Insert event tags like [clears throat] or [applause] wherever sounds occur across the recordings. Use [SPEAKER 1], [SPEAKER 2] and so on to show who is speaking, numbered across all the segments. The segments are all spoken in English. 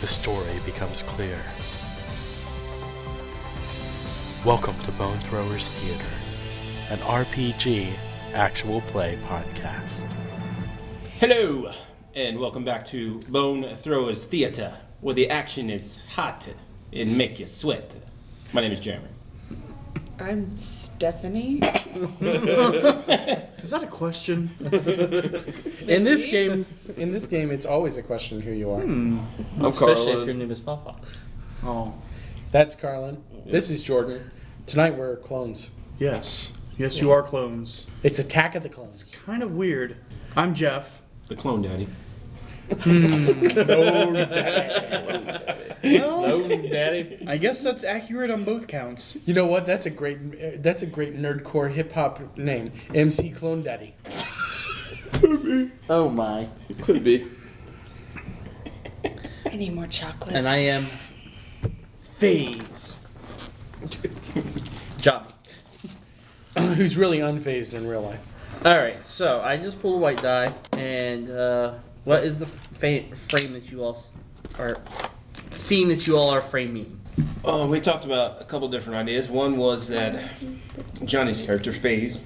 [SPEAKER 1] the story becomes clear. Welcome to Bone Throwers Theater, an RPG actual play podcast.
[SPEAKER 2] Hello, and welcome back to Bone Throwers Theater, where the action is hot and make you sweat. My name is Jeremy.
[SPEAKER 3] I'm Stephanie.
[SPEAKER 4] Is that a question? in this
[SPEAKER 3] Maybe.
[SPEAKER 4] game, in this game, it's always a question who you are.
[SPEAKER 2] Hmm.
[SPEAKER 5] I'm
[SPEAKER 6] Especially
[SPEAKER 5] Carlin.
[SPEAKER 6] if your name is Papa.
[SPEAKER 4] Oh, that's Carlin. This is Jordan. Tonight we're clones.
[SPEAKER 5] Yes. Yes, you are clones.
[SPEAKER 4] It's Attack of
[SPEAKER 2] [laughs]
[SPEAKER 4] the Clones.
[SPEAKER 5] Kind of weird. I'm Jeff.
[SPEAKER 2] The clone daddy.
[SPEAKER 6] Daddy.
[SPEAKER 5] I guess that's accurate on both counts.
[SPEAKER 4] You know what? That's a great, uh, that's a great nerdcore hip hop name. MC Clone Daddy. [clears throat]
[SPEAKER 6] Oh my.
[SPEAKER 5] Could be.
[SPEAKER 3] I need more chocolate.
[SPEAKER 6] And I am
[SPEAKER 5] Phase.
[SPEAKER 6] Johnny.
[SPEAKER 4] Who's really unfazed in real life?
[SPEAKER 6] Alright, so I just pulled a white die, and uh, what is the fa- frame that you all s- are seeing that you all are framing?
[SPEAKER 2] Uh, we talked about a couple different ideas. One was that Johnny's character, FaZe,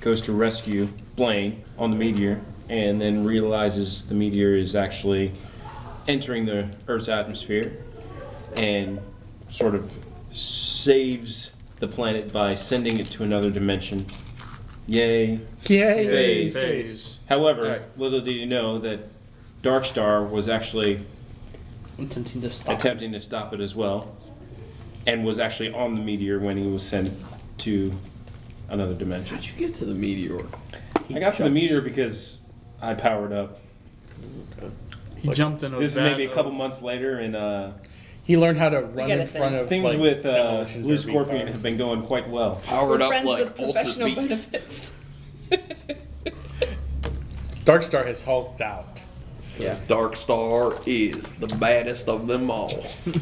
[SPEAKER 2] goes to rescue Blaine on the meteor and then realizes the meteor is actually entering the Earth's atmosphere and sort of saves the planet by sending it to another dimension. Yay,
[SPEAKER 4] Yay!
[SPEAKER 2] FaZe. However, little did you know that Darkstar was actually
[SPEAKER 6] I'm attempting to stop.
[SPEAKER 2] attempting to stop it as well, and was actually on the meteor when he was sent to another dimension.
[SPEAKER 5] How'd you get to the meteor?
[SPEAKER 2] I got to the meteor because I powered up.
[SPEAKER 5] He jumped in a
[SPEAKER 2] This is
[SPEAKER 5] vat
[SPEAKER 2] maybe a
[SPEAKER 5] of-
[SPEAKER 2] couple months later, and uh,
[SPEAKER 4] He learned how to run
[SPEAKER 3] get
[SPEAKER 4] in
[SPEAKER 3] it
[SPEAKER 4] front
[SPEAKER 3] then.
[SPEAKER 4] of
[SPEAKER 2] things
[SPEAKER 4] like,
[SPEAKER 2] with uh,
[SPEAKER 4] demolition
[SPEAKER 2] Blue
[SPEAKER 4] derby
[SPEAKER 2] Scorpion
[SPEAKER 4] cars.
[SPEAKER 2] have been going quite well.
[SPEAKER 3] We're
[SPEAKER 5] powered up
[SPEAKER 3] friends
[SPEAKER 5] like
[SPEAKER 3] with
[SPEAKER 5] Ultra
[SPEAKER 3] professional
[SPEAKER 5] Beast.
[SPEAKER 4] [laughs]
[SPEAKER 3] benefits.
[SPEAKER 4] Darkstar has hulked out.
[SPEAKER 5] Yeah.
[SPEAKER 7] Dark Star is the baddest of them all.
[SPEAKER 4] He's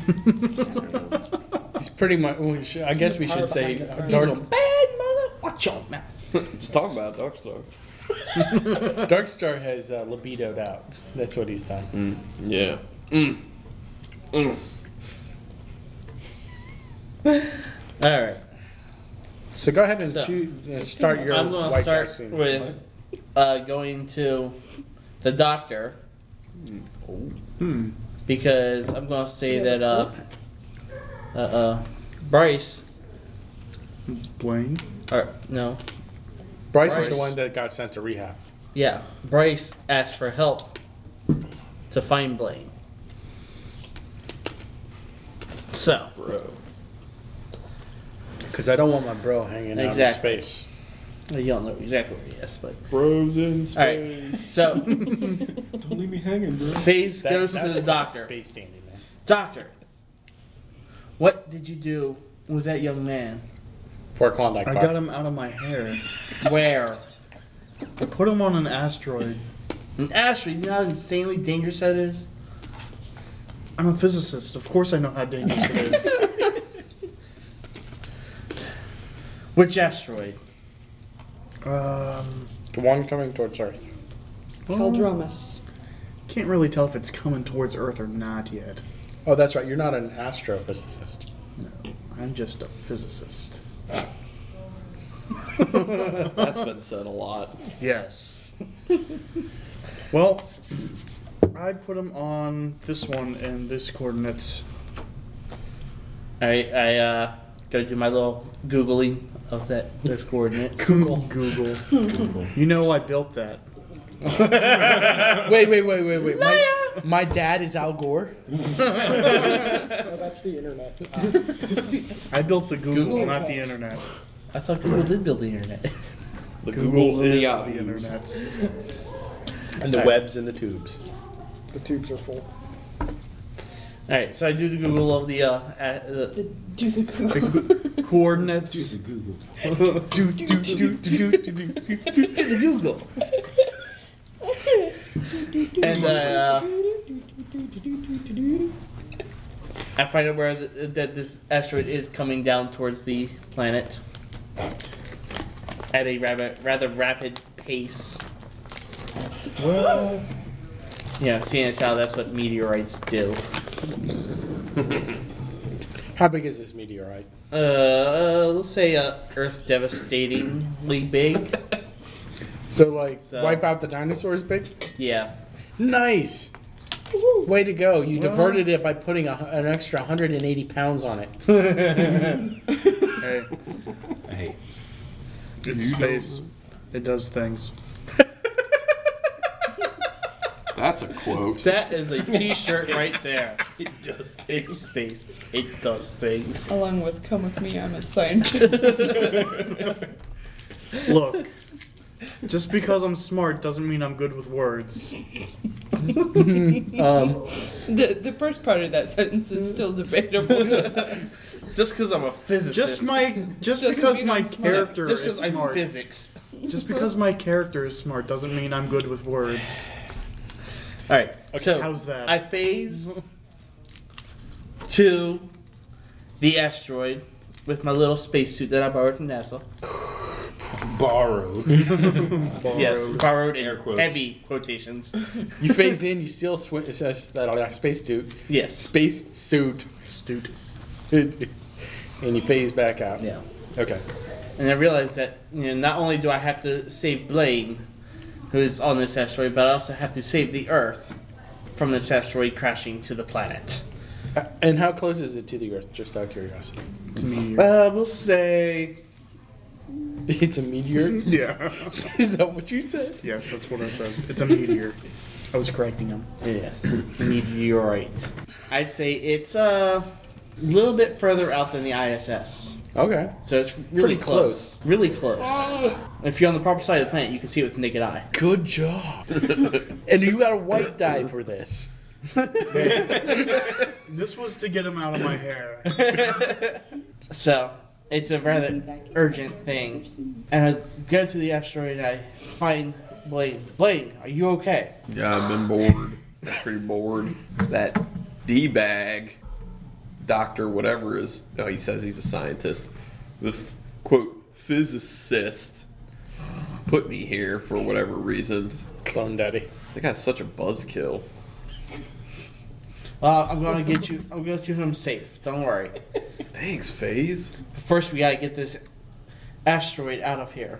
[SPEAKER 4] pretty much. well, we should- I guess we should say
[SPEAKER 6] Dark.
[SPEAKER 4] Dark,
[SPEAKER 6] Bad mother. Watch your mouth.
[SPEAKER 7] [laughs] Just talking about Dark Star.
[SPEAKER 4] Darkstar has uh, libidoed out. That's what he's done.
[SPEAKER 7] Yeah.
[SPEAKER 6] Alright.
[SPEAKER 4] So go ahead and
[SPEAKER 6] So-
[SPEAKER 4] choo- uh, start your.
[SPEAKER 6] I'm going to
[SPEAKER 4] white
[SPEAKER 6] start
[SPEAKER 4] guy scene.
[SPEAKER 6] with uh, going to the doctor. Hmm. Because I'm going to say that uh, uh, uh, Bryce,
[SPEAKER 5] Blaine.
[SPEAKER 6] or no,
[SPEAKER 4] Bryce, is the
[SPEAKER 6] Bryce.
[SPEAKER 4] one that got sent to rehab.
[SPEAKER 6] yeah, Bryce asked for help to find Blaine. So,
[SPEAKER 7] Bro.
[SPEAKER 4] Because I don't want my bro hanging out in
[SPEAKER 6] Exactly.
[SPEAKER 4] space.
[SPEAKER 6] you all know exactly where he is, but
[SPEAKER 5] Bros in
[SPEAKER 6] all right. So,
[SPEAKER 2] Don't leave me hanging, bro.
[SPEAKER 6] Faze
[SPEAKER 4] That-
[SPEAKER 6] [laughs] goes to
[SPEAKER 4] that's
[SPEAKER 6] the
[SPEAKER 4] called
[SPEAKER 6] doctor.
[SPEAKER 4] Space dandy, man.
[SPEAKER 6] Doctor, what did you do with that young man?
[SPEAKER 4] For a Klondike
[SPEAKER 5] I
[SPEAKER 4] bar.
[SPEAKER 5] got him out of my hair.
[SPEAKER 6] Where?
[SPEAKER 5] I put him on an asteroid.
[SPEAKER 6] An asteroid, you know how insanely dangerous that is?
[SPEAKER 5] I'm a physicist. Of course I know how dangerous it is. [laughs]
[SPEAKER 6] Which asteroid?
[SPEAKER 5] Um,
[SPEAKER 4] The one coming towards Earth. Oh.
[SPEAKER 5] well,
[SPEAKER 3] Caldromus.
[SPEAKER 5] can't really tell if it's coming towards Earth or not yet.
[SPEAKER 4] Oh, that's right. You're not an astrophysicist.
[SPEAKER 5] I'm just a physicist.
[SPEAKER 7] That's been said a lot.
[SPEAKER 5] Yes. [laughs] well, I put him on this one and this coordinates.
[SPEAKER 6] Alright, I uh, go do my little Googling of that those coordinates.
[SPEAKER 5] Google. Google. you know I built that.
[SPEAKER 4] Wait, wait, wait, wait, wait. My, my dad is Al Gore.
[SPEAKER 6] [laughs]
[SPEAKER 5] I built the Google,
[SPEAKER 6] Google?
[SPEAKER 5] not the internet.
[SPEAKER 6] I thought Google did build the internet.
[SPEAKER 7] The Googles and the
[SPEAKER 5] is
[SPEAKER 7] Yahoos.
[SPEAKER 5] internet's.
[SPEAKER 4] And the webs and the tubes.
[SPEAKER 6] All right, so I do the Google of the uh, uh [laughs] the,
[SPEAKER 3] Do the Google.
[SPEAKER 5] Coordinates.
[SPEAKER 4] Do, do, do, do, do, do, do, do.
[SPEAKER 6] do the Google, and I uh, I find out where the, that this asteroid is coming down towards the planet at a rather rather rapid pace.
[SPEAKER 5] Well,
[SPEAKER 6] You know, seeing as how that's what meteorites do.
[SPEAKER 4] How big is this meteorite?
[SPEAKER 6] Uh, let's say uh, Earth devastatingly big.
[SPEAKER 4] So like
[SPEAKER 6] So-
[SPEAKER 4] wipe out the dinosaurs big?
[SPEAKER 6] Yeah.
[SPEAKER 4] Nice. Way to go. You diverted it by putting a, an extra 180 pounds on it.
[SPEAKER 6] [laughs]
[SPEAKER 5] hey,
[SPEAKER 2] Hey,
[SPEAKER 5] it's space. It does things.
[SPEAKER 7] That's a quote.
[SPEAKER 6] That is a T-shirt right there.
[SPEAKER 2] it does things.
[SPEAKER 6] Space. It
[SPEAKER 3] [laughs]
[SPEAKER 6] does things.
[SPEAKER 3] Along with come with me, I'm a
[SPEAKER 6] [laughs]
[SPEAKER 3] scientist.
[SPEAKER 5] Look, just because I'm smart doesn't mean I'm good with words.
[SPEAKER 4] Um,
[SPEAKER 3] the the first part of that sentence is still
[SPEAKER 6] [laughs]
[SPEAKER 3] debatable.
[SPEAKER 6] Just because I'm a physicist.
[SPEAKER 5] Just my, just
[SPEAKER 3] Doesn't
[SPEAKER 5] because
[SPEAKER 3] mean
[SPEAKER 5] my
[SPEAKER 3] I'm smart.
[SPEAKER 5] character
[SPEAKER 6] Just
[SPEAKER 5] is
[SPEAKER 6] because I'm
[SPEAKER 5] smart.
[SPEAKER 6] physics.
[SPEAKER 5] Just because my character is smart doesn't mean I'm good with words.
[SPEAKER 6] All right. so
[SPEAKER 5] How's that?
[SPEAKER 6] I phase to the asteroid with my little spacesuit that I borrowed from NASA.
[SPEAKER 2] Borrowed.
[SPEAKER 6] [laughs] Yes, borrowed in
[SPEAKER 2] Air quotes.
[SPEAKER 6] heavy quotations.
[SPEAKER 4] you phase in, you steal swi- uh, uh, space suit,
[SPEAKER 6] Yes.
[SPEAKER 4] space suit,
[SPEAKER 5] Astute.
[SPEAKER 4] and you phase back out.
[SPEAKER 6] Yeah.
[SPEAKER 4] Okay.
[SPEAKER 6] And I realized that you know not only do I have to save Blaine, who is on this asteroid, but I also have to save the Earth from this asteroid crashing to the planet.
[SPEAKER 4] Uh, and how close is it to the Earth? Just out of curiosity. [laughs]
[SPEAKER 5] to me.
[SPEAKER 6] Uh, we'll say
[SPEAKER 4] It's a meteor.
[SPEAKER 5] yeah.
[SPEAKER 4] is that what you said?
[SPEAKER 5] Yes, that's what I said. It's a meteor. I was correcting him.
[SPEAKER 6] yes, meteorite. I'd say it's uh, a little bit further out than the ISS,
[SPEAKER 4] Okay.
[SPEAKER 6] so it's
[SPEAKER 4] Pretty
[SPEAKER 6] really close. Really close. If you're on the proper side of the planet, you can see it with the naked eye.
[SPEAKER 4] Good job. and you got a white dye for this.
[SPEAKER 5] This was to get him out of my [laughs] hair.
[SPEAKER 6] So it's a rather urgent thing. And I go to the asteroid and I find Blaine. Blaine, are you okay?
[SPEAKER 7] Yeah, I've been bored. Pretty bored. That D bag, doctor, whatever is. No, he says he's a scientist. The f- quote physicist put me here for whatever reason.
[SPEAKER 4] Clone Daddy.
[SPEAKER 7] They got such a buzzkill.
[SPEAKER 6] Well, I'm gonna get you. I'm gonna get you home safe. Don't worry.
[SPEAKER 7] Thanks, Phase.
[SPEAKER 6] But first, we gotta get this asteroid out of here.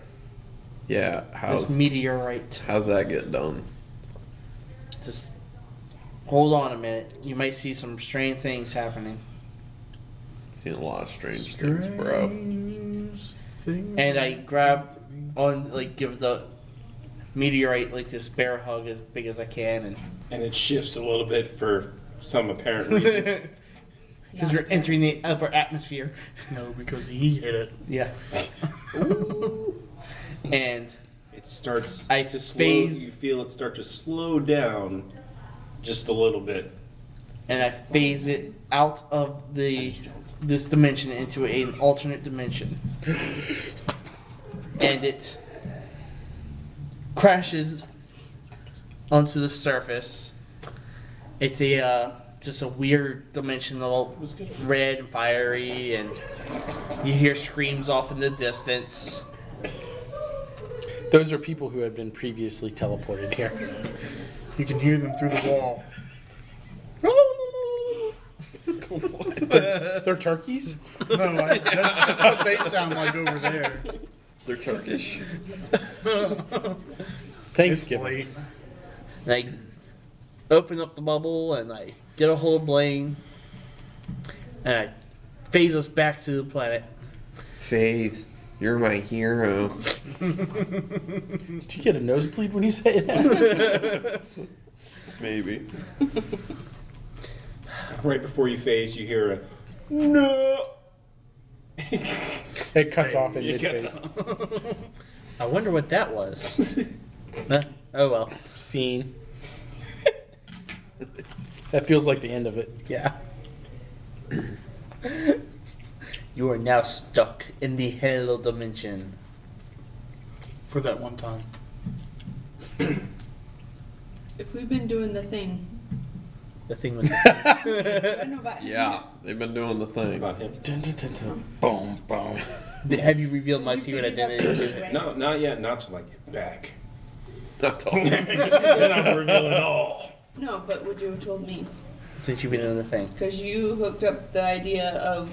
[SPEAKER 7] Yeah,
[SPEAKER 6] This
[SPEAKER 7] how's
[SPEAKER 6] meteorite.
[SPEAKER 7] how's that get done?
[SPEAKER 6] Just hold on a minute. You might see some strange things happening.
[SPEAKER 7] Seen a lot of strange, things, bro.
[SPEAKER 6] And I grab on, like, give the meteorite like this bear hug as big as I can, and
[SPEAKER 2] And it shifts a little bit for some apparent [laughs] reason.
[SPEAKER 6] because we're entering the upper atmosphere. [laughs]
[SPEAKER 5] No, because he hit it.
[SPEAKER 6] Yeah. [laughs] and
[SPEAKER 2] it starts
[SPEAKER 6] I
[SPEAKER 2] to slow.
[SPEAKER 6] phase-
[SPEAKER 2] You feel it start to slow down just a little bit.
[SPEAKER 6] and I phase it out of the this dimension into an alternate dimension. and it crashes onto the surface. It's a uh, just a weird dimensional red and fiery and you hear screams off in the distance.
[SPEAKER 4] Those are people who had been previously teleported here.
[SPEAKER 5] You can hear them through the wall.
[SPEAKER 4] They're turkeys?
[SPEAKER 5] [laughs] No, I, that's just what they sound like over there.
[SPEAKER 7] They're Turkish.
[SPEAKER 5] It's
[SPEAKER 4] Thanksgiving.
[SPEAKER 5] late.
[SPEAKER 6] And I open up the bubble and I get a hold of Blaine. And I phase us back to the planet.
[SPEAKER 7] Faith, you're my hero.
[SPEAKER 4] Did you get a nosebleed when you say that?
[SPEAKER 7] Maybe.
[SPEAKER 2] Right before you phase, you hear a no.
[SPEAKER 4] it cuts off in
[SPEAKER 2] It
[SPEAKER 4] mid
[SPEAKER 2] gets
[SPEAKER 4] phase.
[SPEAKER 6] I wonder what that [laughs] was. Huh? oh well.
[SPEAKER 4] Scene. That feels like the end of it.
[SPEAKER 6] Yeah. [laughs] you are now stuck in the hell dimension.
[SPEAKER 5] for that one time.
[SPEAKER 8] If we've been doing the thing,
[SPEAKER 6] The thing [laughs] with
[SPEAKER 8] I don't know about
[SPEAKER 7] Yeah, they've been doing the thing.
[SPEAKER 2] About him.
[SPEAKER 4] Dun, dun, dun, dun. Boom, boom.
[SPEAKER 6] the, have you revealed my
[SPEAKER 8] You
[SPEAKER 6] secret
[SPEAKER 8] figured out
[SPEAKER 6] identity? [laughs]
[SPEAKER 8] the way.
[SPEAKER 2] No, not yet. Not till I get back.
[SPEAKER 7] Not talking. [laughs]
[SPEAKER 2] then I'm revealing all.
[SPEAKER 8] No, but would you have told me?
[SPEAKER 6] Since you've been doing the thing.
[SPEAKER 8] Because you hooked up the idea of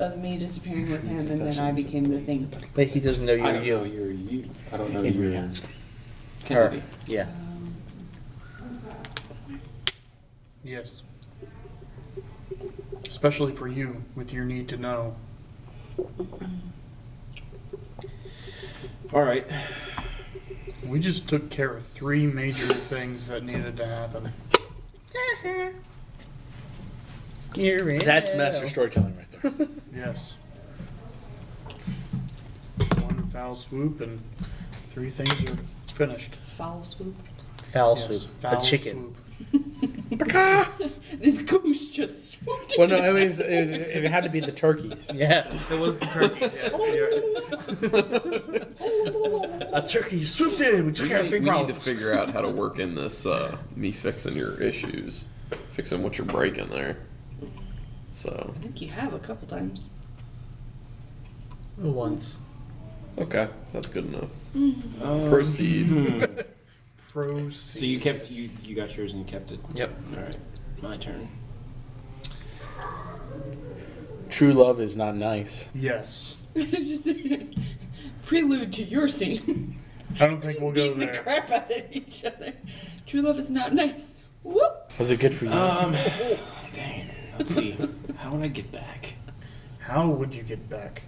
[SPEAKER 8] of me disappearing with him, and then I became the thing.
[SPEAKER 6] But he doesn't know
[SPEAKER 2] I
[SPEAKER 6] you're
[SPEAKER 2] don't know
[SPEAKER 6] you.
[SPEAKER 2] you're you. I don't know
[SPEAKER 6] Yeah.
[SPEAKER 2] you're
[SPEAKER 6] Her.
[SPEAKER 2] Kennedy.
[SPEAKER 6] Yeah.
[SPEAKER 5] Yes. Especially for you, with your need to know.
[SPEAKER 2] All right.
[SPEAKER 5] We just took care of three major things that needed to happen.
[SPEAKER 4] That's master storytelling right there.
[SPEAKER 5] Yes. One foul swoop and three things are finished.
[SPEAKER 8] Foul swoop. [laughs]
[SPEAKER 6] Foul
[SPEAKER 5] Yes,
[SPEAKER 6] swoop.
[SPEAKER 5] foul
[SPEAKER 6] a chicken.
[SPEAKER 5] swoop.
[SPEAKER 3] This goose just swooped
[SPEAKER 4] Well, no, it was uh, it, was- it had to be the turkeys.
[SPEAKER 6] [laughs] Yeah, it was the turkey. Yes, a turkey swooped in. We took
[SPEAKER 7] We, need- we need to figure out how to work in this uh, me fixing your issues, fixing what you're breaking there. So
[SPEAKER 8] I think you have a couple times. [laughs]
[SPEAKER 6] Once.
[SPEAKER 7] okay, that's good enough. Um, Proceed.
[SPEAKER 2] So you kept you you got yours and you kept it.
[SPEAKER 7] Yep.
[SPEAKER 2] All right. My turn.
[SPEAKER 4] True love is not nice.
[SPEAKER 5] Yes.
[SPEAKER 3] It's just a
[SPEAKER 8] [laughs]
[SPEAKER 3] prelude to your scene.
[SPEAKER 5] I don't think we'll go
[SPEAKER 3] Beating the
[SPEAKER 5] there.
[SPEAKER 3] crap out of each other. True love is not nice. Whoop!
[SPEAKER 4] Was it good for you?
[SPEAKER 2] Um. Dang. Let's see. How would I get back?
[SPEAKER 5] How would you get back?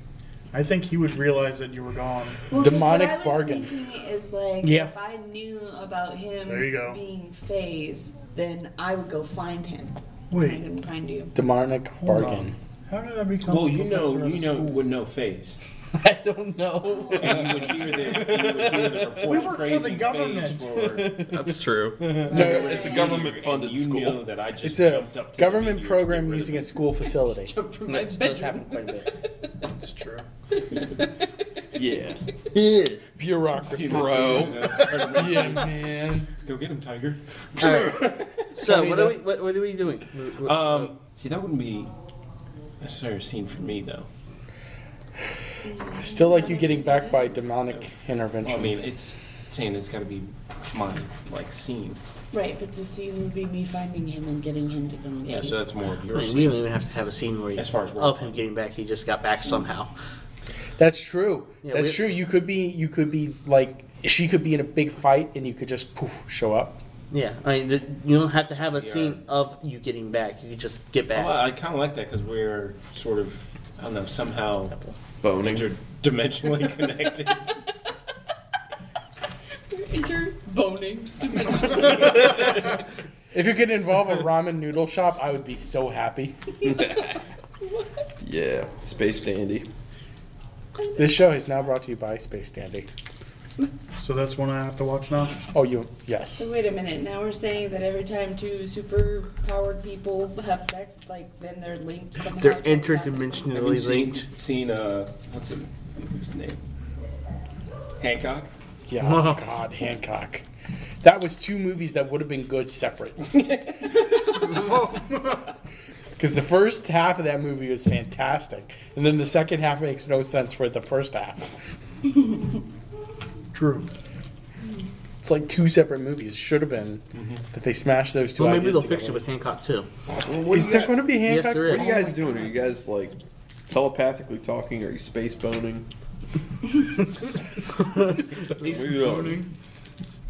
[SPEAKER 5] I think he would realize that you were gone.
[SPEAKER 8] Well, 'cause
[SPEAKER 4] Demonic
[SPEAKER 8] what I was
[SPEAKER 4] bargain.
[SPEAKER 8] Thinking is like
[SPEAKER 6] Yeah.
[SPEAKER 8] if I knew about him
[SPEAKER 5] There you go.
[SPEAKER 8] being phased, then I would go find him. I
[SPEAKER 5] Wait,
[SPEAKER 8] didn't find you.
[SPEAKER 4] Demonic
[SPEAKER 5] on.
[SPEAKER 4] bargain.
[SPEAKER 5] how did I become?
[SPEAKER 2] Well, you know,
[SPEAKER 5] professor of
[SPEAKER 2] you
[SPEAKER 5] a
[SPEAKER 2] know,
[SPEAKER 5] school?
[SPEAKER 2] would know phase.
[SPEAKER 6] [laughs] I don't know.
[SPEAKER 2] [laughs] And you would hear the, you would hear the report
[SPEAKER 5] We work for the
[SPEAKER 2] praising
[SPEAKER 5] government.
[SPEAKER 2] phase for-
[SPEAKER 7] [laughs] That's true. it's a
[SPEAKER 2] And
[SPEAKER 7] government-funded
[SPEAKER 2] you
[SPEAKER 7] school.
[SPEAKER 2] know that I just
[SPEAKER 4] It's a
[SPEAKER 2] jumped up to the
[SPEAKER 4] government
[SPEAKER 2] meteor to get
[SPEAKER 4] program
[SPEAKER 2] rid of
[SPEAKER 4] using a
[SPEAKER 2] it.
[SPEAKER 4] school facility.
[SPEAKER 3] Jump from my
[SPEAKER 6] That does happen
[SPEAKER 3] bedroom.
[SPEAKER 6] quite a bit.
[SPEAKER 5] It's true.
[SPEAKER 7] [laughs] Yeah.
[SPEAKER 4] Bureaucracy.
[SPEAKER 7] Bro.
[SPEAKER 4] Yeah, man.
[SPEAKER 2] [laughs] Go get him, Tiger.
[SPEAKER 6] So what are we? What, what are we doing?
[SPEAKER 2] Um, see, that wouldn't be necessarily a scene for me though.
[SPEAKER 4] I still like you getting back by demonic intervention.
[SPEAKER 2] Well, I mean, it's saying it's got to be my like scene.
[SPEAKER 8] Right, but the scene would be me finding him and getting him to go and get
[SPEAKER 2] Yeah,
[SPEAKER 8] you.
[SPEAKER 2] so that's more of
[SPEAKER 6] I
[SPEAKER 2] your
[SPEAKER 6] mean, we
[SPEAKER 2] scene.
[SPEAKER 6] don't even have to have a scene where he,
[SPEAKER 2] As far as we're
[SPEAKER 6] of him getting back, he just got back somehow.
[SPEAKER 4] That's true.
[SPEAKER 6] Yeah,
[SPEAKER 4] That's
[SPEAKER 6] we-
[SPEAKER 4] true. You could be you could be like she could be in a big fight and you could just poof show up.
[SPEAKER 6] Yeah, I mean, the, you don't have to have a scene of you getting back. You can just get back.
[SPEAKER 2] Well, I kind of like that because we're sort of, I don't know, somehow
[SPEAKER 7] Boning.
[SPEAKER 2] interdimensionally [laughs] connected.
[SPEAKER 3] [laughs] Interboning.
[SPEAKER 4] If it could involve a ramen noodle shop, I would be so happy.
[SPEAKER 7] Yeah. Space dandy.
[SPEAKER 4] This show is now brought to you by Space Dandy.
[SPEAKER 5] So that's one I have to watch now.
[SPEAKER 4] Oh, you yes.
[SPEAKER 8] So wait a minute. Now we're saying that every time two super powered people have sex, like then they're linked somehow.
[SPEAKER 6] They're
[SPEAKER 8] to each other.
[SPEAKER 2] Have you
[SPEAKER 6] interdimensionally
[SPEAKER 2] seen,
[SPEAKER 6] linked.
[SPEAKER 2] seen uh, what's it, his name? Hancock?
[SPEAKER 4] Yeah. oh [laughs] God, Hancock. That was two movies that would have been good separate. [laughs] Because the first half of that movie was fantastic, and then the second half makes no sense for the first half.
[SPEAKER 5] True.
[SPEAKER 4] It's like two separate movies. It should have been that they smashed those two.
[SPEAKER 6] Well, maybe
[SPEAKER 4] ideas
[SPEAKER 6] they'll fix it
[SPEAKER 4] together.
[SPEAKER 6] with Hancock too.
[SPEAKER 4] Is there going to be Hancock? three?
[SPEAKER 6] there
[SPEAKER 7] What are you guys doing? Are you guys like telepathically talking? Are you space boning? We are.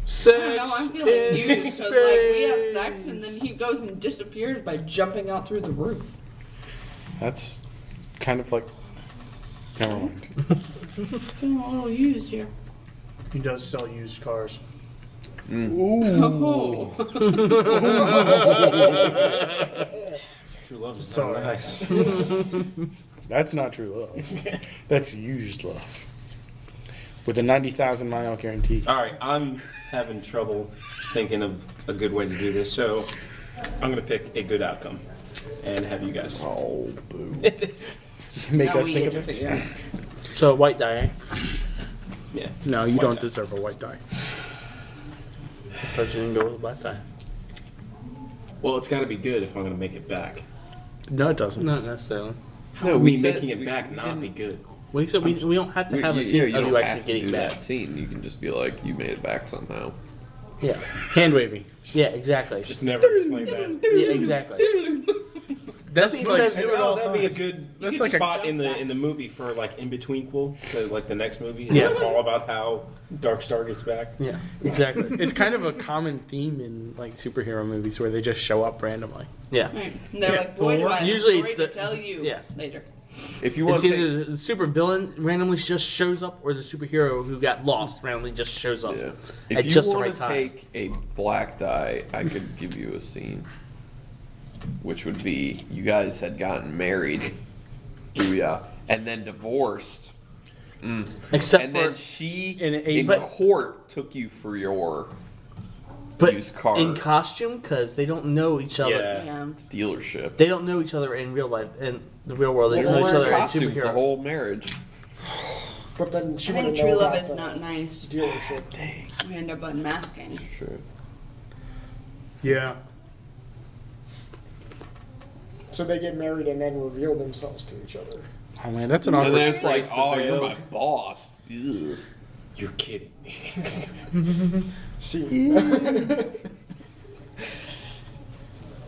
[SPEAKER 6] Sex.
[SPEAKER 3] No, I'm feeling used because like we have sex and then he goes and disappears by jumping out through the roof.
[SPEAKER 4] That's kind of like. Never mind.
[SPEAKER 8] Feeling a little used here.
[SPEAKER 5] He does sell used cars.
[SPEAKER 2] Mm.
[SPEAKER 3] [laughs] Oh,
[SPEAKER 5] [laughs]
[SPEAKER 2] True love is
[SPEAKER 5] Sorry.
[SPEAKER 2] not nice.
[SPEAKER 4] That's not true
[SPEAKER 3] [laughs]
[SPEAKER 4] love. That's used love. With a 90,000 mile
[SPEAKER 3] [laughs]
[SPEAKER 4] guarantee.
[SPEAKER 2] All right, I'm having trouble thinking of a good way to do this. So I'm gonna pick a good outcome, and have you guys.
[SPEAKER 7] Oh, boo.
[SPEAKER 4] Make
[SPEAKER 3] Now
[SPEAKER 4] us
[SPEAKER 3] we
[SPEAKER 4] think
[SPEAKER 3] get
[SPEAKER 4] of
[SPEAKER 3] to
[SPEAKER 4] it.
[SPEAKER 3] figure out.
[SPEAKER 6] So white dye.
[SPEAKER 2] yeah.
[SPEAKER 4] No, you
[SPEAKER 2] White
[SPEAKER 4] don't
[SPEAKER 2] dye.
[SPEAKER 4] deserve a white die.
[SPEAKER 6] I thought you didn't go with black dye.
[SPEAKER 2] Well, it's gotta be good if I'm gonna make it back.
[SPEAKER 4] No, it doesn't.
[SPEAKER 6] Not necessarily.
[SPEAKER 7] No,
[SPEAKER 2] Me
[SPEAKER 7] said
[SPEAKER 2] making it
[SPEAKER 7] we
[SPEAKER 2] back not
[SPEAKER 7] didn't-
[SPEAKER 2] be good.
[SPEAKER 6] We said we, we don't have to
[SPEAKER 7] You,
[SPEAKER 6] have
[SPEAKER 7] you,
[SPEAKER 6] a scene
[SPEAKER 7] yeah,
[SPEAKER 6] of
[SPEAKER 7] you
[SPEAKER 6] you
[SPEAKER 7] don't have
[SPEAKER 6] actually
[SPEAKER 7] to do
[SPEAKER 6] getting back.
[SPEAKER 7] that scene. You can just be like, you made it back somehow.
[SPEAKER 6] Yeah. Hand waving.
[SPEAKER 2] [laughs]
[SPEAKER 6] Yeah, exactly.
[SPEAKER 2] Just never explain that.
[SPEAKER 6] Yeah, exactly. That's
[SPEAKER 4] He
[SPEAKER 6] like,
[SPEAKER 4] says do it all
[SPEAKER 2] that'd be a good,
[SPEAKER 4] That's
[SPEAKER 2] good
[SPEAKER 4] like a-
[SPEAKER 2] spot in the in the movie for like in betweenquel to like the next movie. Yeah, all about how Dark Star gets back.
[SPEAKER 6] yeah.
[SPEAKER 4] Exactly.
[SPEAKER 3] [laughs]
[SPEAKER 4] it's kind of a common theme in like superhero movies where they just show up randomly.
[SPEAKER 6] Yeah.
[SPEAKER 3] Right. And they're
[SPEAKER 6] Yeah.
[SPEAKER 3] like, boy, do I have a
[SPEAKER 6] Usually it's
[SPEAKER 3] story to
[SPEAKER 6] the-
[SPEAKER 3] tell you
[SPEAKER 6] yeah.
[SPEAKER 3] later.
[SPEAKER 7] If you want
[SPEAKER 6] It's
[SPEAKER 7] to
[SPEAKER 6] either the- the super villain randomly just shows up, or the superhero who got lost randomly just shows up.
[SPEAKER 7] Yeah. If
[SPEAKER 6] At
[SPEAKER 7] you
[SPEAKER 6] just the
[SPEAKER 7] want
[SPEAKER 6] right
[SPEAKER 7] to
[SPEAKER 6] time.
[SPEAKER 7] take a black die, I could give you a scene, which would be you guys had gotten married, booyah, and then divorced,
[SPEAKER 6] Except
[SPEAKER 7] and
[SPEAKER 6] for,
[SPEAKER 7] then she
[SPEAKER 4] in
[SPEAKER 7] in,
[SPEAKER 4] a-
[SPEAKER 6] but-
[SPEAKER 7] court took you for your
[SPEAKER 6] but
[SPEAKER 7] used car.
[SPEAKER 6] in costume, because they don't know each other.
[SPEAKER 2] Yeah.
[SPEAKER 3] Yeah.
[SPEAKER 7] dealership.
[SPEAKER 6] They don't know each other in real life, in the real world. They
[SPEAKER 7] They
[SPEAKER 6] just know
[SPEAKER 7] were
[SPEAKER 6] each
[SPEAKER 7] in
[SPEAKER 6] other in
[SPEAKER 7] costumes the
[SPEAKER 6] superheroes.
[SPEAKER 7] whole marriage.
[SPEAKER 9] But then she
[SPEAKER 3] I think
[SPEAKER 9] wouldn't
[SPEAKER 3] true
[SPEAKER 9] know
[SPEAKER 3] love
[SPEAKER 9] about
[SPEAKER 3] is
[SPEAKER 9] the
[SPEAKER 3] not nice.
[SPEAKER 9] dealership.
[SPEAKER 3] We end up unmasking.
[SPEAKER 7] Sure.
[SPEAKER 5] Yeah.
[SPEAKER 9] So they get married and then reveal themselves to each other.
[SPEAKER 4] Oh man, that's an
[SPEAKER 7] And
[SPEAKER 4] awkward.
[SPEAKER 7] then it's like,
[SPEAKER 2] the
[SPEAKER 7] oh, you're
[SPEAKER 2] veil.
[SPEAKER 7] my boss. Ugh.
[SPEAKER 2] You're kidding me.
[SPEAKER 9] See,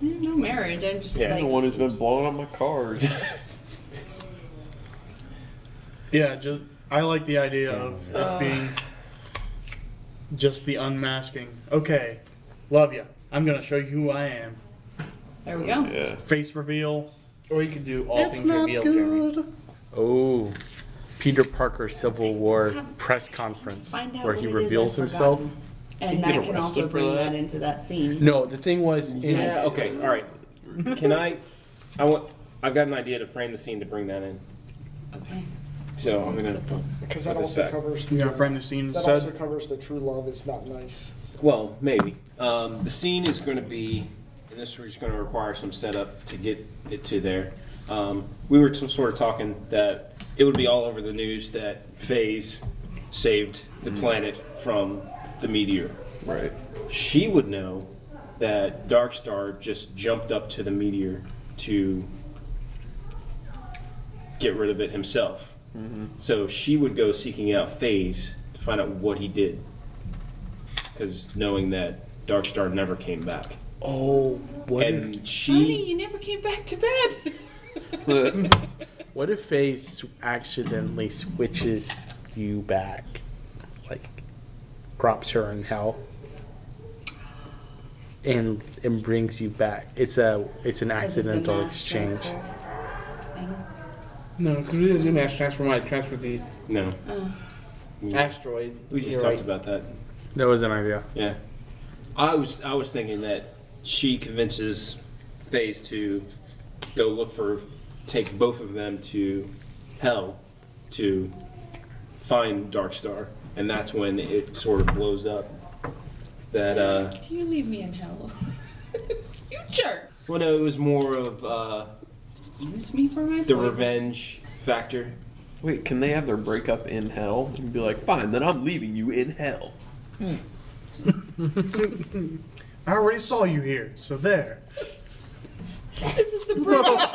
[SPEAKER 3] Mm, No marriage. I just
[SPEAKER 2] Yeah.
[SPEAKER 7] I'm the
[SPEAKER 3] like.
[SPEAKER 7] one who's been blowing up my cars. [laughs]
[SPEAKER 5] Yeah, just I like the idea of it being just the unmasking. Okay, love you. I'm gonna show you who I am.
[SPEAKER 3] There we go.
[SPEAKER 7] yeah.
[SPEAKER 5] Face reveal.
[SPEAKER 6] Or you could do all things revealed, Jeremy.
[SPEAKER 4] Oh, Peter Parker Civil War press conference
[SPEAKER 3] Find out
[SPEAKER 4] where he
[SPEAKER 3] what it is
[SPEAKER 4] reveals
[SPEAKER 3] I've
[SPEAKER 4] himself.
[SPEAKER 3] forgotten. And that can also bring that into that scene.
[SPEAKER 4] No, the thing was in
[SPEAKER 2] Yeah. Okay. All right. Can I? I want. I've got an idea to frame the scene to bring that in.
[SPEAKER 3] Okay.
[SPEAKER 2] So Oh, I'm gonna.
[SPEAKER 9] because that
[SPEAKER 2] Put this
[SPEAKER 9] also
[SPEAKER 2] back.
[SPEAKER 9] covers
[SPEAKER 5] You know,
[SPEAKER 9] the,
[SPEAKER 5] frame the scene
[SPEAKER 9] that also
[SPEAKER 5] instead.
[SPEAKER 9] covers the true love is not nice.
[SPEAKER 2] Well, maybe. Um, the scene is going to be, and this is going to require some setup to get it to there. Um, we were some sort of talking that it would be all over the news that Phase saved the planet from the meteor.
[SPEAKER 7] Right.
[SPEAKER 2] She would know that Darkstar just jumped up to the meteor to get rid of it himself. So she would go seeking out Phase to find out what he did. Because knowing that Darkstar never came back.
[SPEAKER 4] Oh, what if
[SPEAKER 2] And
[SPEAKER 3] Honey,
[SPEAKER 2] she.
[SPEAKER 3] you never came back to bed. [laughs]
[SPEAKER 4] what if Faze accidentally switches you back, like drops her in hell, and and brings you back? It's a it's an accidental exchange.
[SPEAKER 6] No, because we didn't do mass transfer when I transferred the
[SPEAKER 2] No.
[SPEAKER 6] asteroid.
[SPEAKER 2] We just talked about that.
[SPEAKER 4] That was an idea.
[SPEAKER 2] Yeah. I was I was thinking that she convinces FaZe to go look for take both of them to hell to find Darkstar. And that's when it sort of blows up. That uh
[SPEAKER 3] Do you leave me in hell? [laughs] you jerk.
[SPEAKER 2] well no, it was more of uh
[SPEAKER 3] Use me for my
[SPEAKER 2] the
[SPEAKER 3] poison.
[SPEAKER 2] revenge factor.
[SPEAKER 7] [laughs] Wait, can they have their breakup in hell? And be like, fine, then I'm leaving you in hell.
[SPEAKER 5] I already saw you here, so there.
[SPEAKER 3] [laughs] This is the breakup.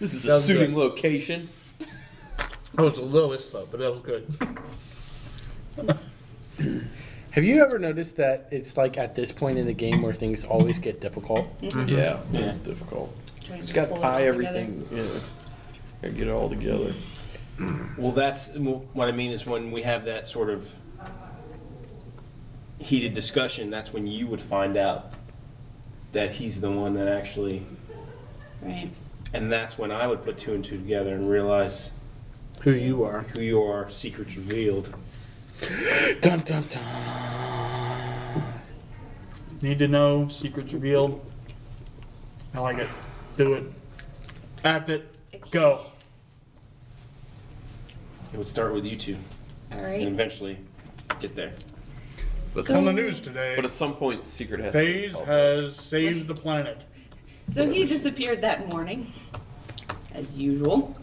[SPEAKER 7] This is
[SPEAKER 6] That
[SPEAKER 7] a
[SPEAKER 6] was
[SPEAKER 7] suiting
[SPEAKER 6] good.
[SPEAKER 7] location.
[SPEAKER 6] That was the lowest though, but that was good.
[SPEAKER 4] Have you ever noticed that it's like at this point in the game where things always get difficult?
[SPEAKER 7] Mm-hmm. Yeah,
[SPEAKER 2] Yeah.
[SPEAKER 7] it's difficult.
[SPEAKER 3] Trying
[SPEAKER 7] It's
[SPEAKER 3] to
[SPEAKER 7] got to
[SPEAKER 3] pull it
[SPEAKER 7] tie
[SPEAKER 3] all together.
[SPEAKER 7] everything. Yeah, gotta get it all together.
[SPEAKER 2] Well, that's well, what I mean is when we have that sort of heated discussion, that's when you would find out that he's the one that actually,
[SPEAKER 3] Right.
[SPEAKER 2] and that's when I would put two and two together and realize
[SPEAKER 6] Who you are.
[SPEAKER 2] who you are, secrets revealed.
[SPEAKER 4] Dum dum dum.
[SPEAKER 5] Need to know. Secrets revealed. I like it. Do it. Act it. Go.
[SPEAKER 2] It would start with you two
[SPEAKER 3] All
[SPEAKER 2] and
[SPEAKER 3] right.
[SPEAKER 2] eventually get there.
[SPEAKER 7] But,
[SPEAKER 5] It's on the news today.
[SPEAKER 7] but at some point, Secret has. to be
[SPEAKER 5] Phase
[SPEAKER 7] called
[SPEAKER 5] has saved the planet.
[SPEAKER 3] So he disappeared that morning, as usual.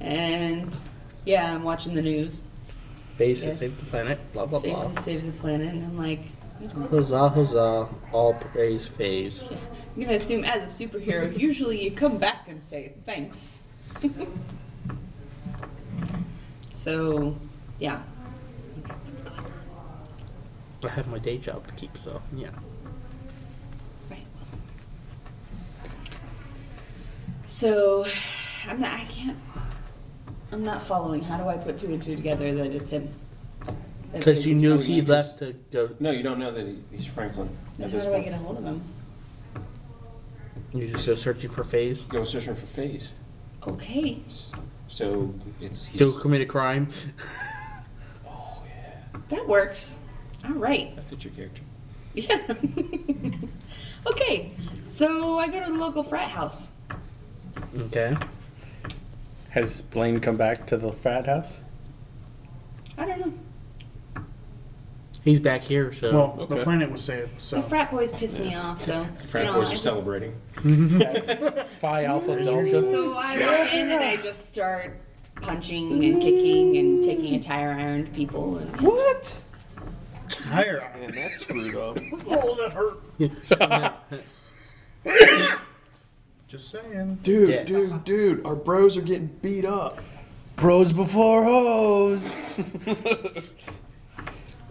[SPEAKER 3] And yeah, I'm watching the news.
[SPEAKER 6] Phase
[SPEAKER 3] Yes.
[SPEAKER 6] has saved the planet. Blah blah blah.
[SPEAKER 3] Faces save the planet, and I'm like, you know,
[SPEAKER 6] Huzzah! Huzzah! All praise Phase.
[SPEAKER 3] I'm gonna assume as a superhero, usually you come back and say thanks. [laughs] so, yeah.
[SPEAKER 6] I have my day job to keep, so yeah.
[SPEAKER 3] So, I'm not. I can't. I'm not following. How do I put two and two together that it's him? That
[SPEAKER 6] Because you
[SPEAKER 3] Faze is
[SPEAKER 6] knew
[SPEAKER 3] doing
[SPEAKER 6] he
[SPEAKER 3] it.
[SPEAKER 6] left to go.
[SPEAKER 2] No, you don't know that he- he's Franklin
[SPEAKER 3] Then
[SPEAKER 2] at
[SPEAKER 3] how
[SPEAKER 2] this
[SPEAKER 3] do I
[SPEAKER 2] point.
[SPEAKER 3] get a hold of him?
[SPEAKER 6] You just go searching for Phase.
[SPEAKER 2] Go searching for Phase.
[SPEAKER 3] Okay.
[SPEAKER 2] So it's he's,
[SPEAKER 6] Go commit a crime.
[SPEAKER 3] That works. All right.
[SPEAKER 2] that fits your character.
[SPEAKER 3] Yeah. [laughs] okay. So I go to the local frat house.
[SPEAKER 6] Okay.
[SPEAKER 4] Has Blaine come back to the frat house?
[SPEAKER 3] I don't know.
[SPEAKER 6] He's back here, so.
[SPEAKER 5] Well,
[SPEAKER 2] Okay.
[SPEAKER 5] the planet was saved,
[SPEAKER 3] The
[SPEAKER 5] so.
[SPEAKER 3] frat boys piss me off, so
[SPEAKER 2] Frat
[SPEAKER 3] you know,
[SPEAKER 2] boys
[SPEAKER 3] I
[SPEAKER 2] are
[SPEAKER 3] just-
[SPEAKER 2] celebrating.
[SPEAKER 4] Phi Alpha Delta.
[SPEAKER 3] So I walk in and I just start punching and kicking and taking a tire iron to people. And
[SPEAKER 7] What?
[SPEAKER 5] Higher.
[SPEAKER 7] Man, that's screwed up.
[SPEAKER 5] Oh, that hurt. [laughs] Just saying.
[SPEAKER 10] Dude,
[SPEAKER 6] Yeah.
[SPEAKER 10] dude, dude, our bros are getting beat up.
[SPEAKER 4] Bros before
[SPEAKER 7] [laughs]
[SPEAKER 4] hoes.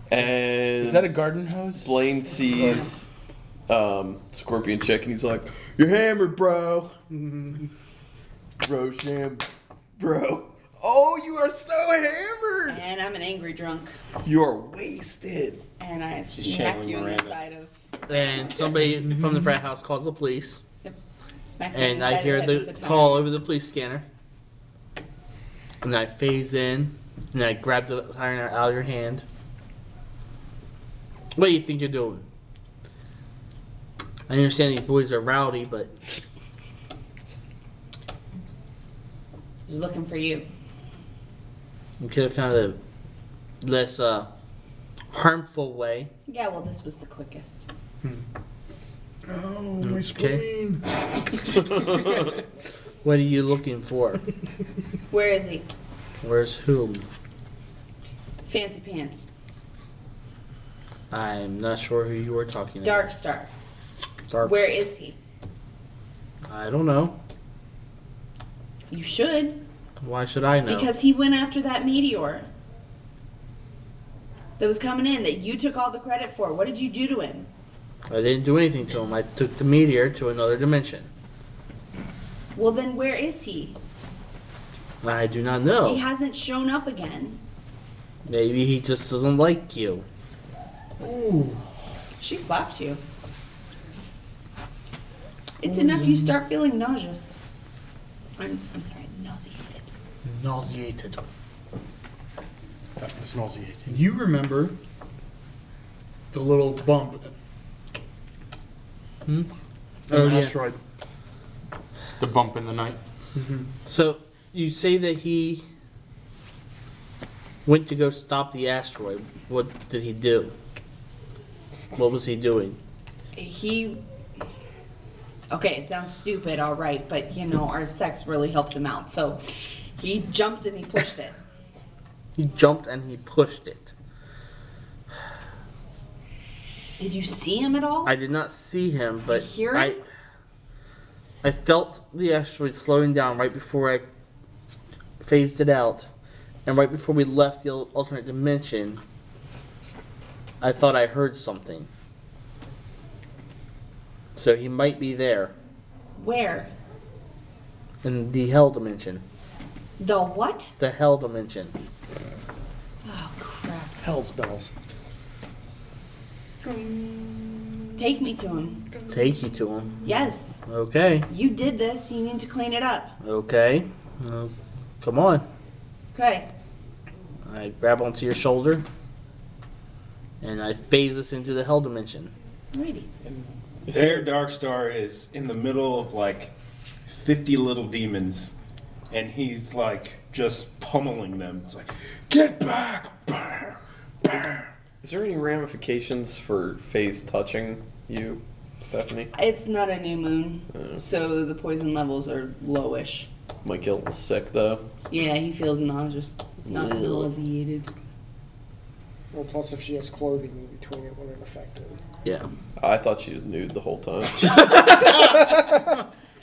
[SPEAKER 7] And
[SPEAKER 4] Is that a garden hose?
[SPEAKER 7] Blaine sees um, Scorpion Chick and he's like, You're hammered,
[SPEAKER 4] [laughs]
[SPEAKER 7] bro. bro, sham, bro. Oh, you are so hammered.
[SPEAKER 3] and I'm an angry drunk,
[SPEAKER 7] You are wasted.
[SPEAKER 4] [laughs]
[SPEAKER 3] and I smack
[SPEAKER 2] channeling
[SPEAKER 3] you in the
[SPEAKER 2] Miranda.
[SPEAKER 3] side of.
[SPEAKER 6] and somebody from the frat house calls the police,
[SPEAKER 3] yep, Smack you in
[SPEAKER 6] and
[SPEAKER 3] the
[SPEAKER 6] I
[SPEAKER 3] side of
[SPEAKER 6] hear
[SPEAKER 3] head
[SPEAKER 6] the
[SPEAKER 3] with tire.
[SPEAKER 6] call over the police scanner. And I phase in, and I grab the iron out of your hand. What do you think you're doing? I understand these boys are rowdy, but
[SPEAKER 3] I was looking for you.
[SPEAKER 6] you could have found a less uh, harmful way.
[SPEAKER 3] Yeah, well, this was the quickest.
[SPEAKER 5] Oh, my spleen.
[SPEAKER 6] What are you looking for?
[SPEAKER 3] Where is he?
[SPEAKER 6] Where's whom?
[SPEAKER 3] Fancy pants,
[SPEAKER 6] I'm not sure who you were talking
[SPEAKER 3] Dark Star.
[SPEAKER 6] about. Dark.
[SPEAKER 3] Where is he?
[SPEAKER 6] I don't know.
[SPEAKER 3] You should,
[SPEAKER 6] Why should I know?
[SPEAKER 3] because he went after that meteor that was coming in that you took all the credit for. What did you do to him?
[SPEAKER 6] I didn't do anything to him. I took the meteor to another dimension.
[SPEAKER 3] Well, then where is he?
[SPEAKER 6] I do not
[SPEAKER 3] He
[SPEAKER 6] know.
[SPEAKER 3] hasn't shown up again.
[SPEAKER 6] Maybe he just doesn't like you.
[SPEAKER 3] She slapped you. It's enough you start feeling nauseous. I'm, I'm sorry, nauseated.
[SPEAKER 5] Nauseated.
[SPEAKER 4] That was nauseating.
[SPEAKER 5] You remember the little bump Hmm?
[SPEAKER 6] Oh,
[SPEAKER 5] an
[SPEAKER 6] yeah.
[SPEAKER 5] asteroid.
[SPEAKER 4] The bump in the night.
[SPEAKER 6] So you say that he went to go stop the asteroid. What did he do? What was he doing?
[SPEAKER 3] He. Okay, it sounds stupid, all right, but you know, our sex really helps him out. So he jumped and he pushed it.
[SPEAKER 6] He jumped and he pushed it.
[SPEAKER 3] Did you see him at all?
[SPEAKER 6] I did not see him, but
[SPEAKER 3] you hear
[SPEAKER 6] I
[SPEAKER 3] it?
[SPEAKER 6] I felt the asteroid slowing down right before I phased it out, and right before we left the al- alternate dimension, I thought I heard something. So he might be there
[SPEAKER 3] Where?
[SPEAKER 6] in the hell dimension.
[SPEAKER 3] The what?
[SPEAKER 6] The hell dimension.
[SPEAKER 3] Oh, crap.
[SPEAKER 4] Hell's bells.
[SPEAKER 3] Take me to him.
[SPEAKER 6] Take you to him.
[SPEAKER 3] Yes,
[SPEAKER 6] Okay.
[SPEAKER 3] you did this. You need to clean it up.
[SPEAKER 6] Okay. Uh, come on.
[SPEAKER 3] Okay.
[SPEAKER 6] I grab onto your shoulder, and I phase us into the hell dimension.
[SPEAKER 3] Alrighty.
[SPEAKER 2] Their Dark Star is in the middle of like fifty little demons, and he's like just pummeling them. It's like, get back! Bam! Bam!
[SPEAKER 7] Is there any ramifications for phase touching you, Stephanie?
[SPEAKER 3] It's not a new moon,
[SPEAKER 7] Uh.
[SPEAKER 3] so the poison levels are lowish.
[SPEAKER 7] My guilt was sick though.
[SPEAKER 3] Yeah, he feels nauseous, not
[SPEAKER 7] Ugh.
[SPEAKER 3] nauseated.
[SPEAKER 9] Well, plus if she has clothing in between, it wouldn't affect it.
[SPEAKER 6] Yeah.
[SPEAKER 7] I thought she was nude the whole time.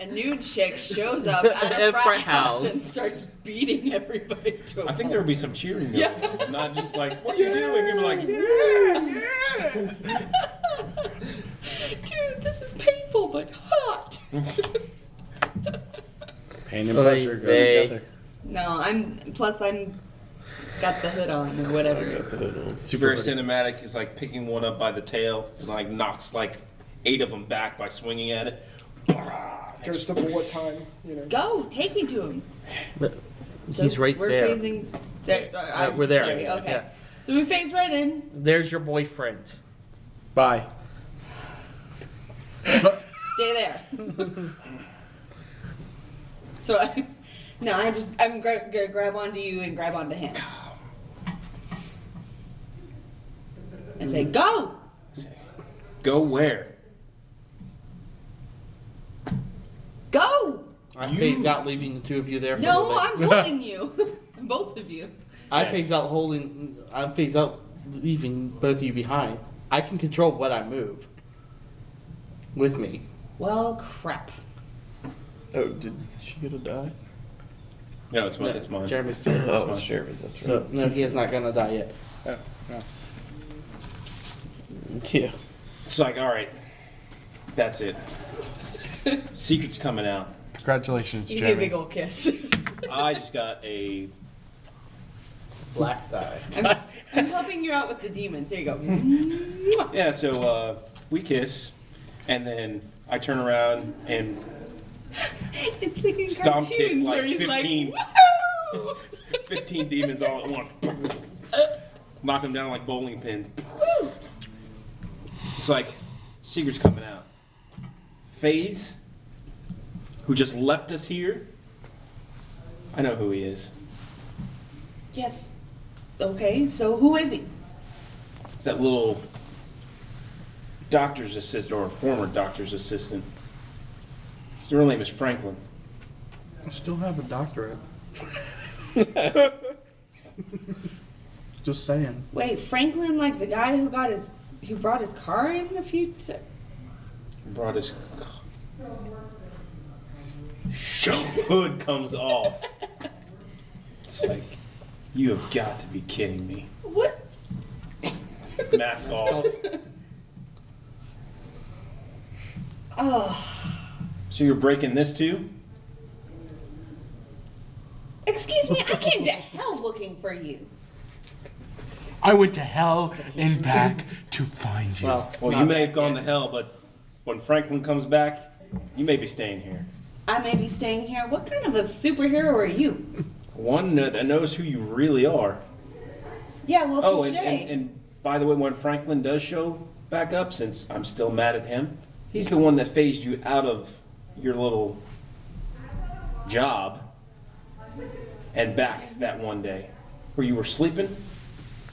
[SPEAKER 3] A nude chick shows [laughs] up at a
[SPEAKER 6] At
[SPEAKER 3] frat
[SPEAKER 6] frat
[SPEAKER 3] house and
[SPEAKER 6] house.
[SPEAKER 3] starts beating everybody to a
[SPEAKER 2] I think
[SPEAKER 3] pulp.
[SPEAKER 2] there would
[SPEAKER 3] [laughs]
[SPEAKER 2] be some cheering, going
[SPEAKER 3] Yeah.
[SPEAKER 2] on, not just like, "What are you doing?" You'd be like, "Yeah, yeah."
[SPEAKER 3] Dude, this is painful but
[SPEAKER 2] [laughs]
[SPEAKER 3] hot. [laughs]
[SPEAKER 4] Pain and
[SPEAKER 6] Oy
[SPEAKER 4] pleasure go
[SPEAKER 6] vey.
[SPEAKER 4] together.
[SPEAKER 3] no, I'm. Plus, I'm got the hood on or
[SPEAKER 7] I
[SPEAKER 3] whatever.
[SPEAKER 7] got the hood on.
[SPEAKER 2] Super cinematic is like picking one up by the tail and like knocks like eight of them back by swinging at it.
[SPEAKER 9] Goes to bullet time, you know.
[SPEAKER 3] Go, take me to him. So
[SPEAKER 6] He's right
[SPEAKER 3] we're
[SPEAKER 6] there.
[SPEAKER 3] phasing. There, I-
[SPEAKER 6] Right, we're there.
[SPEAKER 3] sorry, okay.
[SPEAKER 6] Yeah.
[SPEAKER 3] So we phase right in.
[SPEAKER 6] There's your boyfriend.
[SPEAKER 4] Bye.
[SPEAKER 3] Stay there.
[SPEAKER 6] [laughs]
[SPEAKER 3] so [laughs] I. No, I just I'm gra- gra- grab onto you and grab onto him. I say go.
[SPEAKER 2] Go where?
[SPEAKER 3] Go!
[SPEAKER 6] I phase out, leaving the two of you there for a
[SPEAKER 3] No,
[SPEAKER 6] little
[SPEAKER 3] I'm
[SPEAKER 6] bit.
[SPEAKER 3] holding you. [laughs] Both of you.
[SPEAKER 6] I phase out, holding. I phase out, leaving both of you behind. I can control what I move. With me.
[SPEAKER 3] Well, crap.
[SPEAKER 7] Oh, did she get a die?
[SPEAKER 2] No, it's mine.
[SPEAKER 6] No,
[SPEAKER 2] It's mine.
[SPEAKER 6] Jeremy's turn.
[SPEAKER 7] Oh, it's Jeremy's. That's right.
[SPEAKER 6] So no, he is not gonna die yet.
[SPEAKER 7] yeah.
[SPEAKER 2] It's like, all right, that's it. [laughs] Secret's coming out.
[SPEAKER 1] Congratulations,
[SPEAKER 3] You give a
[SPEAKER 1] Jeremy.
[SPEAKER 3] big old
[SPEAKER 6] [laughs]
[SPEAKER 3] kiss. [laughs]
[SPEAKER 2] I just got a
[SPEAKER 6] Black die.
[SPEAKER 3] I'm, I'm helping you out with the demons. Here you go. Mwah.
[SPEAKER 2] yeah. So uh, we kiss, and then I turn around and
[SPEAKER 3] [laughs] It's like in
[SPEAKER 2] Stomp kick,
[SPEAKER 3] cartoons
[SPEAKER 2] like,
[SPEAKER 3] where he's
[SPEAKER 2] 15.
[SPEAKER 3] like,
[SPEAKER 2] [laughs]
[SPEAKER 3] woo!
[SPEAKER 2] 15 demons all at once. [laughs] Knock them down like bowling pin. It's like Seeger's coming out. FaZe, who just left us here. I know who he is.
[SPEAKER 3] Yes. Okay, so who is he?
[SPEAKER 2] It's that little doctor's assistant or former doctor's assistant. His real name is Franklin.
[SPEAKER 5] I still have a [laughs] doctorate. Just saying.
[SPEAKER 3] Wait, Franklin, like the guy who got his, who brought his car in a few. T-
[SPEAKER 2] Brought his show hood comes off. It's like you have got to be kidding me.
[SPEAKER 3] what?
[SPEAKER 2] Mask off.
[SPEAKER 3] Oh,
[SPEAKER 2] Ah. So you're breaking this too?
[SPEAKER 3] excuse me. I came to hell looking for you.
[SPEAKER 1] I went to hell and back to find you.
[SPEAKER 2] Well, you may have gone to hell, but when Franklin comes back, you may be staying here.
[SPEAKER 3] I may be staying here. What kind of a superhero are you?
[SPEAKER 2] One kno- that knows who you really are.
[SPEAKER 3] Yeah, well,
[SPEAKER 2] Oh,
[SPEAKER 3] touche.
[SPEAKER 2] and, and, and by the way, when Franklin does show back up, since I'm still mad at him, he's the one that phased you out of your little job and back that one day where you were sleeping.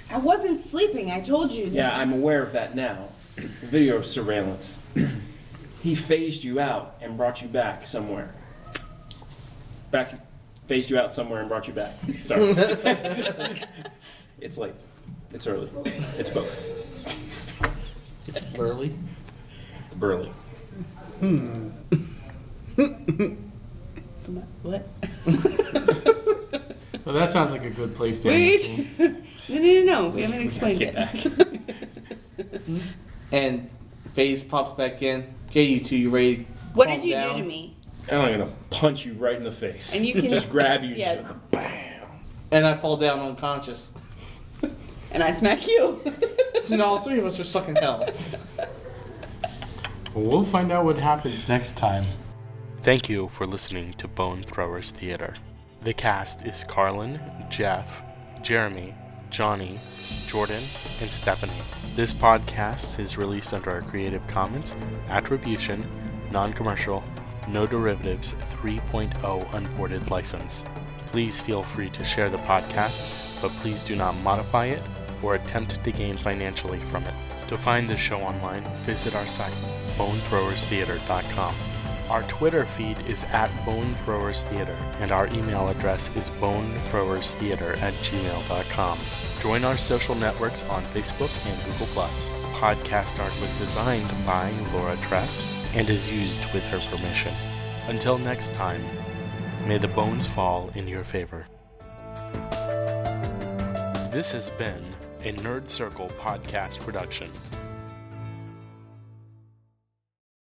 [SPEAKER 3] I wasn't sleeping. I told you.
[SPEAKER 2] Yeah, I'm aware of that now. Video surveillance. he phased you out and brought you back somewhere. Back, phased you out somewhere and brought you back. Sorry.
[SPEAKER 3] [laughs]
[SPEAKER 2] it's late. It's early. It's both.
[SPEAKER 6] It's burly.
[SPEAKER 2] It's burly.
[SPEAKER 3] What?
[SPEAKER 2] [laughs]
[SPEAKER 3] [laughs]
[SPEAKER 1] Well, that sounds like a good place to end.
[SPEAKER 3] Wait.
[SPEAKER 4] [laughs]
[SPEAKER 3] no,
[SPEAKER 6] [laughs]
[SPEAKER 3] no, no, no. We haven't explained
[SPEAKER 2] Get
[SPEAKER 3] it.
[SPEAKER 2] back.
[SPEAKER 6] [laughs] And phase pops back in. Okay, you two, you ready? to
[SPEAKER 3] What
[SPEAKER 6] calm
[SPEAKER 3] did you
[SPEAKER 6] down?
[SPEAKER 3] do to me?
[SPEAKER 2] I'm gonna punch you right in the face.
[SPEAKER 3] And you can
[SPEAKER 2] just grab you.
[SPEAKER 3] [laughs] Yeah.
[SPEAKER 2] Just, bam.
[SPEAKER 6] And I fall down unconscious.
[SPEAKER 3] And I smack you.
[SPEAKER 6] So now all three of us are stuck
[SPEAKER 3] [laughs]
[SPEAKER 6] in hell.
[SPEAKER 1] We'll find out what happens next time. Thank you for listening to Bone Throwers Theater. The cast is Carlin, Jeff, Jeremy, Johnny, Jordan, and Stephanie. This podcast is released under our Creative Commons Attribution, Non Commercial, No Derivatives 3.0 Unported license. Please feel free to share the podcast, but please do not modify it, or attempt to gain financially from it. To find this show online, visit our site, bonethrowerstheater.com. Our Twitter feed is at Bone Throwers Theater, and our email address is bonethrowerstheater at gmail.com. Join our social networks on Facebook and Google+. Podcast art was designed by Laura Tress and is used with her permission. Until next time, may the bones fall in your favor. This has been a Nerd Circle podcast production.